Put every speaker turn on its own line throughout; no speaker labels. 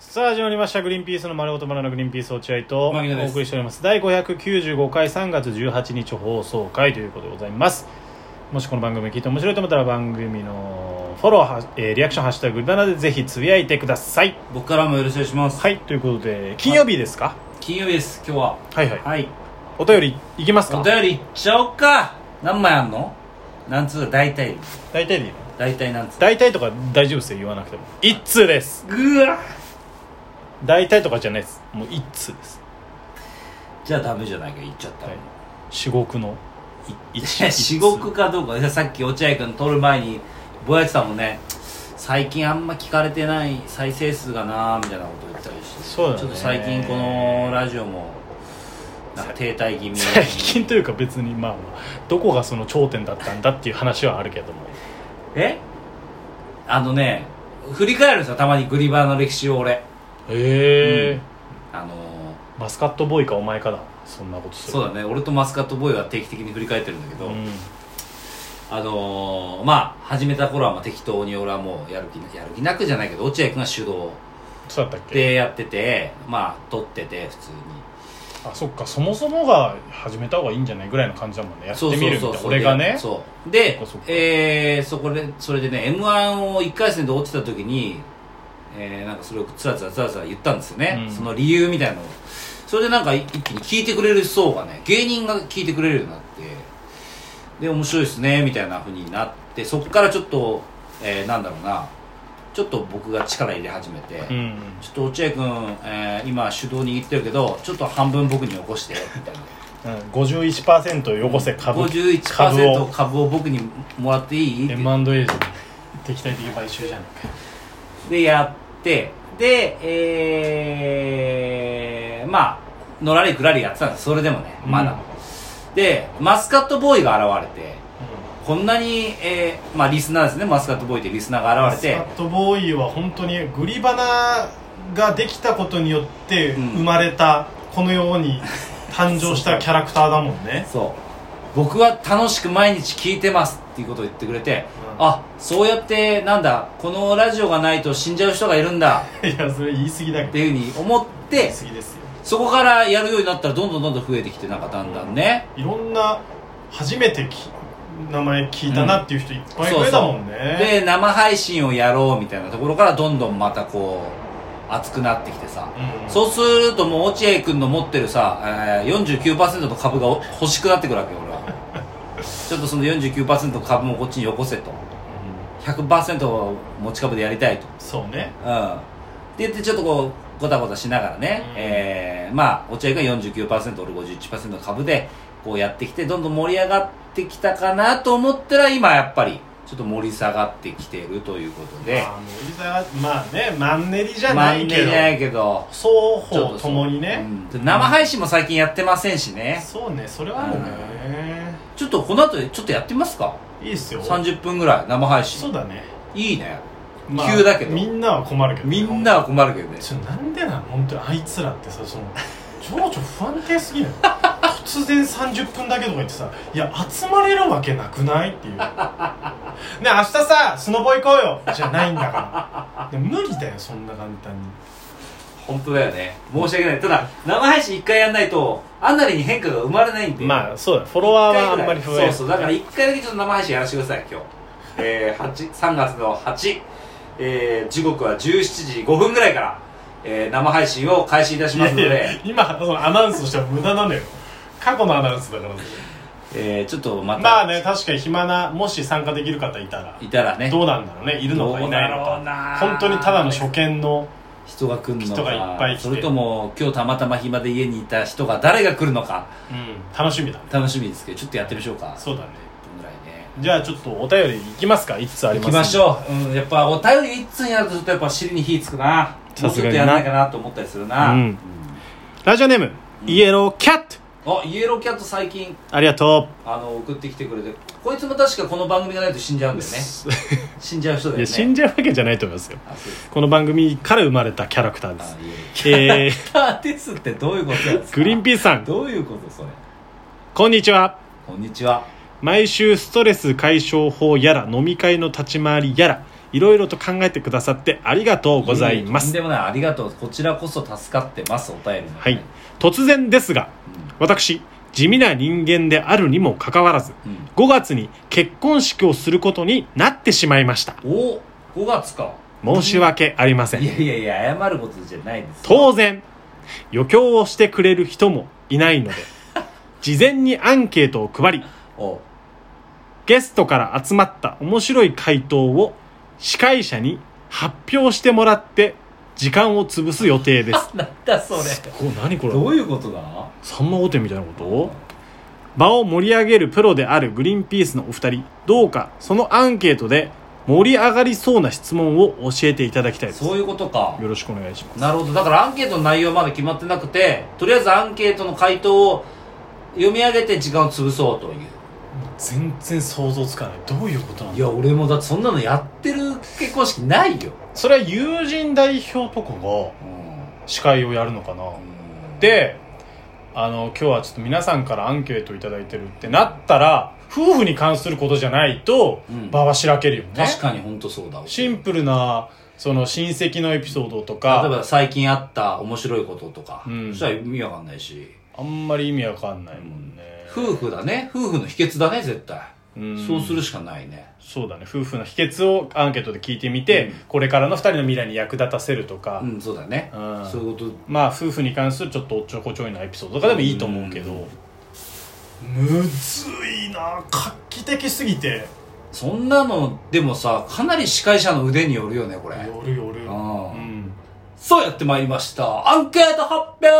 さあ始まりました「グリーンピースの丸ごとバナナグリーンピース落合」とお
牧野です
送りしております第595回3月18日放送回ということでございますもしこの番組聞いて面白いと思ったら番組のフォローは、えーリアクション「ハッシュタググリバナ」でぜひつぶやいてください
僕からもよろしくお願いします、
はいということで金曜日ですか
金曜日です今日は
はいはい
はい
お便りいきます
お
か
便りいっちゃおうか何枚あんの何通か大体
大体でいいの
大体何通
大体とか大丈夫ですよ言わなくても一通です
ぐわ
大体とかじゃないですもう一通です
じゃあダメじゃないか言っちゃった、
はい至極のい
い
一
や
一通
至極かどうかさっき落合君撮る前にぼやいてたもんね最近あんま聞かれてない再生数がなーみたいなこと言ったりして
そうだね
ちょっと最近このラジオもなんか停滞気味
最近というか別にまあどこがその頂点だったんだっていう話はあるけども
えあのね振り返るんですよたまにグリバーの歴史を俺
へえ、
あの
マスカットボーイかお前かだそんなこと
ー
する
そうだね俺とマスカットボーイは定期的に振り返ってるんだけど、
うん
あのーまあ始めた頃はまあ適当に俺はもうやる気なやる気なくじゃないけど落合君が主導
そうだったっけ
でやっててまあ撮ってて普通に
あそっかそもそもが始めた方がいいんじゃないぐらいの感じだもんねやって
そう
みるみた
そ
いうな
そう
俺がね
そうで
そっかそっか
えー、そこでそれでね m 1を1回戦で落ちた時に、えー、なんかそれをつらつらつらつら言ったんですよね、
うん
その理由みたいなのをそれでなんか一気に聞いてくれる層がね芸人が聞いてくれるようになってで面白いですねみたいなふうになってそっからちょっと、えー、なんだろうなちょっと僕が力入れ始めて、
うん
ちょっと落合君、えー、今主導握ってるけどちょっと半分僕に起こしてみたいな
うん、51%よこせ株株
51%
を
株を僕にもらっていい
M&A じゃん敵対的買収じゃないか
でやってでえー、まあのらりくらりやってたんですそれでもねまだ、でマスカットボーイが現れてこんなに、えーまあ、リスナーですねマスカットボーイっていうリスナーが現れ
マ
て
スカットボーイは本当にグリバナができたことによって
うん
生まれた、このように誕生したキャラクターだもんね
そう僕は楽しく毎日聞いてますっていうことを言ってくれて、
うん
あそうやってなんだこのラジオがないと死んじゃう人がいるんだ
いやそれ言い過ぎだけ
っ
ど
ていうふうに思って
言い過ぎですよ
そこからやるようになったらどんどんどんどん増えてきてなんかだんだんね、
いろんな初めてき名前聞いたなっていう人いっぱい増えたもんね、
で生配信をやろうみたいなところからどんどんまたこう熱くなってきてさ、
うん
そうするともう落合君の持ってるさ、えー、49%の株が欲しくなってくるわけよ俺 はちょっとその49%の株もこっちによこせと
うん
100%を持ち株でやりたいと
そうね
うんって言ってちょっとこうごたごたしながらね、
うん
えーまあ落合君は49%俺51%の株でこうやってきてどんどん盛り上がってきたかなと思ったら今やっぱりちょっと盛り下がってきてるということで
まあ、もういざまあねマンネリじゃ
ま
な
あい
い
いんじ
け
ゃ
ど
ないけど
双方ともにね
うん生配信も最近やってませんしね
そうねそれはあるね
ちょっとこの後ちょっとやってみますか
いいっすよ
30分ぐらい生配
そ
信
うだね
いいね急だけど
みんなは困るけど
みんなは困るけどね
ちょなんでなん本当にあいつらってさその情緒不安定すぎ ない突然30分だけとか言ってさいや集まれるわけなくないっていうね明日さスノボ行こうよじゃないんだ からで無理だよそんな簡単に
本当だよね申し訳ないただ生配信1回やんないとあんなりに変化が生まれないんで
まあそうだフォ
フ
ロワーはあんまり増え
そうそうだから1回だけちょっと生配信やらせてください今日、えー、8 3月の8、えー、時刻は17時5分ぐらいから、えー、生配信を開始いたしますの
いやい
で
や、今そのアナウンスとしては無駄なのよ過去のアナウンスだからそれ
えー、ちょっとまた、
まあね確かに暇なもし参加できる方いたら
いたらね
どうなんだろうねいるのかいないの
どうだろうな
か本当にただの初見の
人が来るのか
人がいっぱい来て
それとも今日たまたま暇で家にいた人が誰が来るのか
うん楽しみだ
楽しみですけどちょっとやってみましょうか
そうだね
ぐらいね
じゃあちょっとお便りいきますかいつあり
行
ます
きましょう、うん、やっぱお便り一通になるとちょっとやっぱ尻に火つくな
さすが
もう
に
ちょっ
な
とやらないかなと思ったりするな、
うんラジオネーム、イエローキャット
あイエローキャット最近
ありがと
あの送ってきてくれてこいつも確かこの番組がないと死んじゃうん だよね
う、
死んじゃう人だよ
い
ね
や死んじゃうわけじゃないと思いますよ
あそうです
この番組から生まれたキャラクターで
あ
す
イエロー
え
キャットですってどういうことなんです
ー、
か
グリーンピースさん
どういうことそれ
こんにちは
こんにちは
毎週ストレス解消法やら飲み会の立ち回りやらいろいろと考えてくださってありがとうございま
とん
す
でもないありがとうこちらこそ助かってますお便りの
はい突然ですが私地味な人間であるにもかかわらず
うん
5月に結婚式をすることになってしまいました
お5月か
申し訳ありませ
い
ん
やいやいや謝ることじゃないですよ
当然余興をしてくれる人もいないので事前にアンケートを配り
お
ゲストから集まった面白い回答を司会者に発表してもらって時間を潰す予定です
なんだそれ
こ何こ
どういうことだ
さんま御殿みたいなこと場を盛り上げるプロであるグリーンピースのお二人どうかそのアンケートで盛り上がりそうな質問を教えていただきたいですよ
そういうことか
ろしくお願いします
なるほどだからアンケートの内容まだ決まってなくてとりあえずアンケートの回答を読み上げて時間を潰そうという
全然想像つかないどういうことない
や俺もだってそんなのやってる結婚式ないよ、
それは友人代表とかが司会をやるのかな、であの今日はちょっと皆さんからアンケートいただいてるってなったら夫婦に関することじゃないと
うん
場はしらけるよね、
確かに本当そうだ
シンプルなその親戚のエピソードと
例え
か
ば最近あった面白いこととか、
うん
そしたら意味わかんないし
あんまり意味わかんないもんね
夫婦だね夫婦の秘訣だね絶対、
うん
そうするしかないね
そうだね夫婦の秘訣をアンケートで聞いてみて、
うん
これからの2人の未来に役立たせるとか、
うんそうだね、
うん
そういうこと
まあ夫婦に関するちょっとおっちょこちょいなエピソードとかでもいいと思うけど、
うん
むずいな画期的すぎて
そんなのでもさかなり司会者の腕によるよねこれ
よるよる
あー
うん
そうやってまいりましたアンケート発表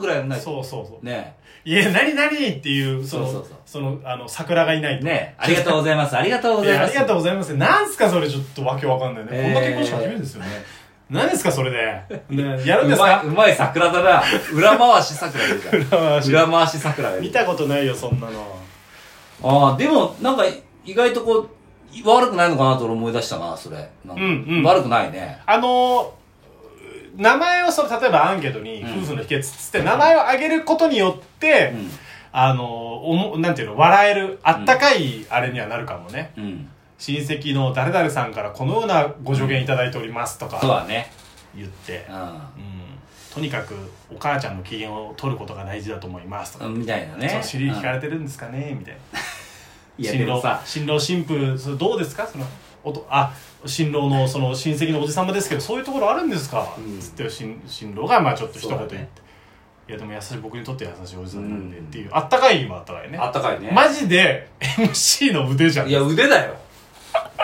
ぐらいやんないと
そうそうそう
ね
いや何何っていうその
そ
そう
そうそう
のあの桜がいない
え
と
ねえありがとうございますありがとうご
い
ざい
や
ま
あ
す
りがとうございますなんすかそれちょっとわけわかんないね、
えー
こんな結婚式初めてですよね何ですかそれで、ね、やるんです
ま
か
いうまい桜だな裏回し桜でじゃん
裏回し
裏回し桜がいる
見たことないよそんなの
ああ、でも、なんか、意外とこう、悪くないのかなと俺思い出したな、それ。なんか
うんうん
悪くないね。
あのー名前をその例えばアンケートに
うん
夫婦の秘訣っつって名前を挙げることによって、
うん。
あのーおもなんていうの笑えるあったかいあれにはなるかもね、
うん。
親戚の誰々さんからこのようなご助言いただいておりますと
そう
か
だね。
言って、
う
うんとにかくお母ちゃんの機嫌を取ることが大事だと思いますとか、
ん。みたいな
そ
ね
の。尻聞か
うん
れてるんですかね、みたいない
や、で
新
も
郎
さ、
新郎新婦それどうですかそのおとあ新郎のその親戚のおじ様ですけどそういうところあるんですか、
うん
つって新新郎がまあちょっと一言言っ
そう
て、
だね
いやでも優しい僕にとっては優しいおじさんなんで、
うん
っていうあったかい今あったかいね
あったかいね。
マジで MC の腕じゃん
いや、腕だよ。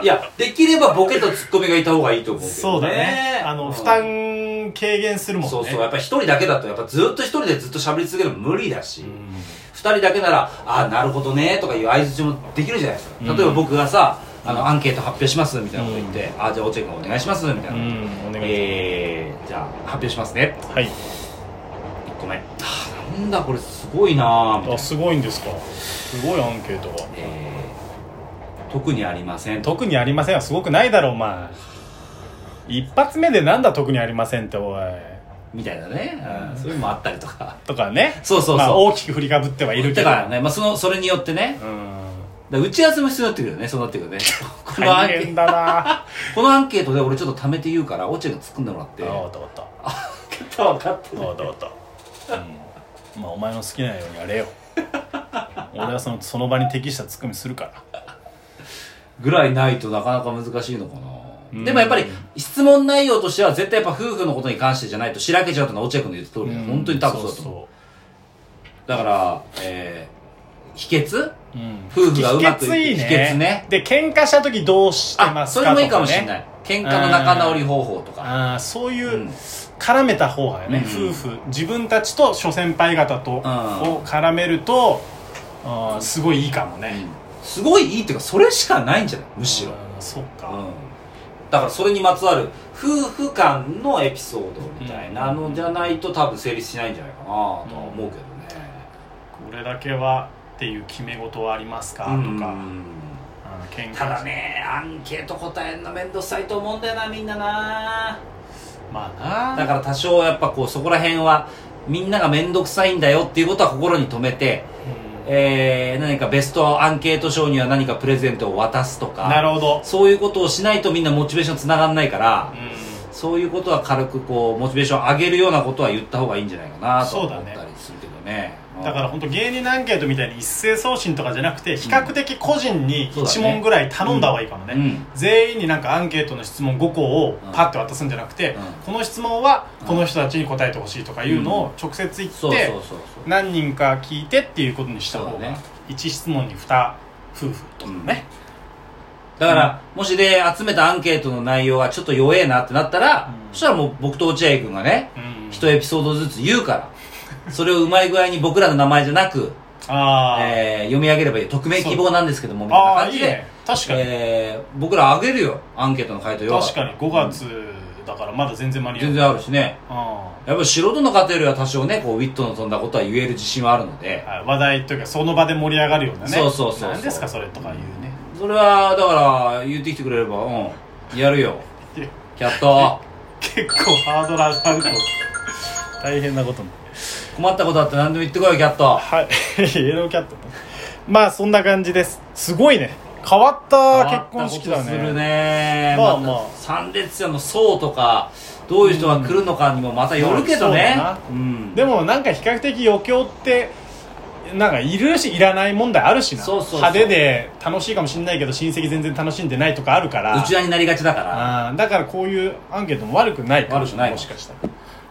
いや、できればボケとツッコミがいた方がいいと思うけどね。
そうだねあの、
うん
負担軽減するもんね
そうそう。やっぱ一人だけだと、やっぱずっと一人でずっと喋り続けるの無理だし。
うん
二人だけなら「ああなるほどね」とかいう相槌もできるじゃないですか、
うん
例えば僕がさあのアンケート発表しますみたいなこと言って「ああじゃあ落合君お願いします」みたいな、
うんお願いします
えー、じゃあ発表しますね
はい
ごめんあーなんだこれすごいなーみたい
あ
な、
すごいんですかすごいアンケートが
えー、特にありませんと
特にありませんはすごくないだろうお前一発目でなんだ特にありませんっておい
みたいなね、うん、そういうのもあったりとか
とかね
そうそうそう
まあ、大きく振りかぶってはいるけ
だ
ど
からね、まあ、そのそれによってね
うん
だから打ち合わせも必要になってくるよねそうなってくる よねこのアン
大
ケ
変だ
ート
な
このアンケートで俺ちょっと貯めて言うから落合君突っ込んでもらって
あわかったわかっ
分かって
たわかったわかった、うん、まあお前の好きなようにやれ よ俺はそのその場に適したツッコミするから
ぐらいないとなかなか難しいのか
う
な。
ん
でもやっぱり質問内容としては絶対やっぱ夫婦のことに関してじゃないとしらけちゃうというのは落合君の言った通りだよ、
うん
本当に多分そうだと思うだから、えー、秘訣
そうそう、うん、
夫婦がうまくい
秘
く
訣いいね
秘訣ね
で喧嘩した時どうして
あ
ます
そ
か
れもいい
と
かもしれ
ね
ない、喧嘩の仲直り方法とか
あーそういう、
うん
絡めた方がね、
うん
夫婦自分たちと諸先輩方と、を絡めるとあーすごいいいかもね、
うんすごいいいっていうかそれしかないんじゃないむしろ、
あーそっか、
うんだからそれにまつわる夫婦間のエピソードみたいなのじゃないと多分成立しないんじゃないかなとは思うけどね、
これだけはっていう決め事はありますか、
うん
とかあー喧嘩
ただねアンケート答えるのめんどくさいと思うんだよなみんなな
まあな
だから多少やっぱこうそこら辺はみんながめんどくさいんだよっていうことは心に留めて
うん
えー何かベストアンケート賞には何かプレゼントを渡すとか
なるほど
そういうことをしないとみんなモチベーションつながんないから
う、ん
そういうことは軽くこうモチベーション上げるようなことは言った方がいいんじゃないかなと
そう
思
だ
っ
ね
たりするけどねうん
だから本当芸人アンケートみたいに一斉送信とかじゃなくて比較的個人に
そうだね
1問ぐらい頼んだ方がいいかもね、
うん
全員になんかアンケートの質問5個を
うん
パッて渡すんじゃなくて、
うん
この質問はこの人たちに答えてほしいとかいうのを直接言って、
そうそうそうそう
何人か聞いてっていうことにした
そ
方
うだ
が
ね
1質問に2夫婦とかね、
だから、もしで集めたアンケートの内容がちょっと弱えなってなったら、
うん
そしたらもう僕と落合君がね
うん
一エピソードずつ言うからそれをうまい具合に僕らの名前じゃなく、
あー、
えー読み上げればいい匿名希望なんですけどもみたいな
あ
感
ーい
じ
い
で
ね確かに、
えー僕らあげるよアンケートの回答よ
確かに5月だからまだ全然間に合う、
全然あるしね
うんは
やっぱり素人の方よりは多少ねこうウィットの飛んだことは言える自信はあるので
い、話題というかその場で盛り上がるようなね
そうそうそうそう
何ですかそれとかいうね
それはだから言ってきてくれればうんやるよ
いや
キャット
結構ハードル上がると大変なことに
困ったことあって何でも言ってこいよキャット
はい イエローキャットねまあそんな感じですすごいね変わった結婚式だね
変わったことするね
まあまあ
た参列者の層とかどういう人が来るのかにもまたよるけどね
まあ
う
そ
ん
でもなんか比較的余興ってなんかいるしいらない問題あるしな
そうそうそう
派手で楽しいかもしれないけど親戚全然楽しんでないとかあるから
内輪になりがちだから
あーだからこういうアンケートも悪くないかも
悪くない
もしかしたら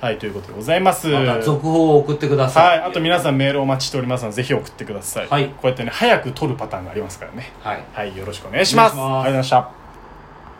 はいということでございます
また続報を送ってくださ
はいい、あと皆さんメールお待ちしておりますのでぜひ送ってください、
はい
こうやってね早く取るパターンがありますからね
はい
はいよろしくお願いします
お願いします
ありがとうございました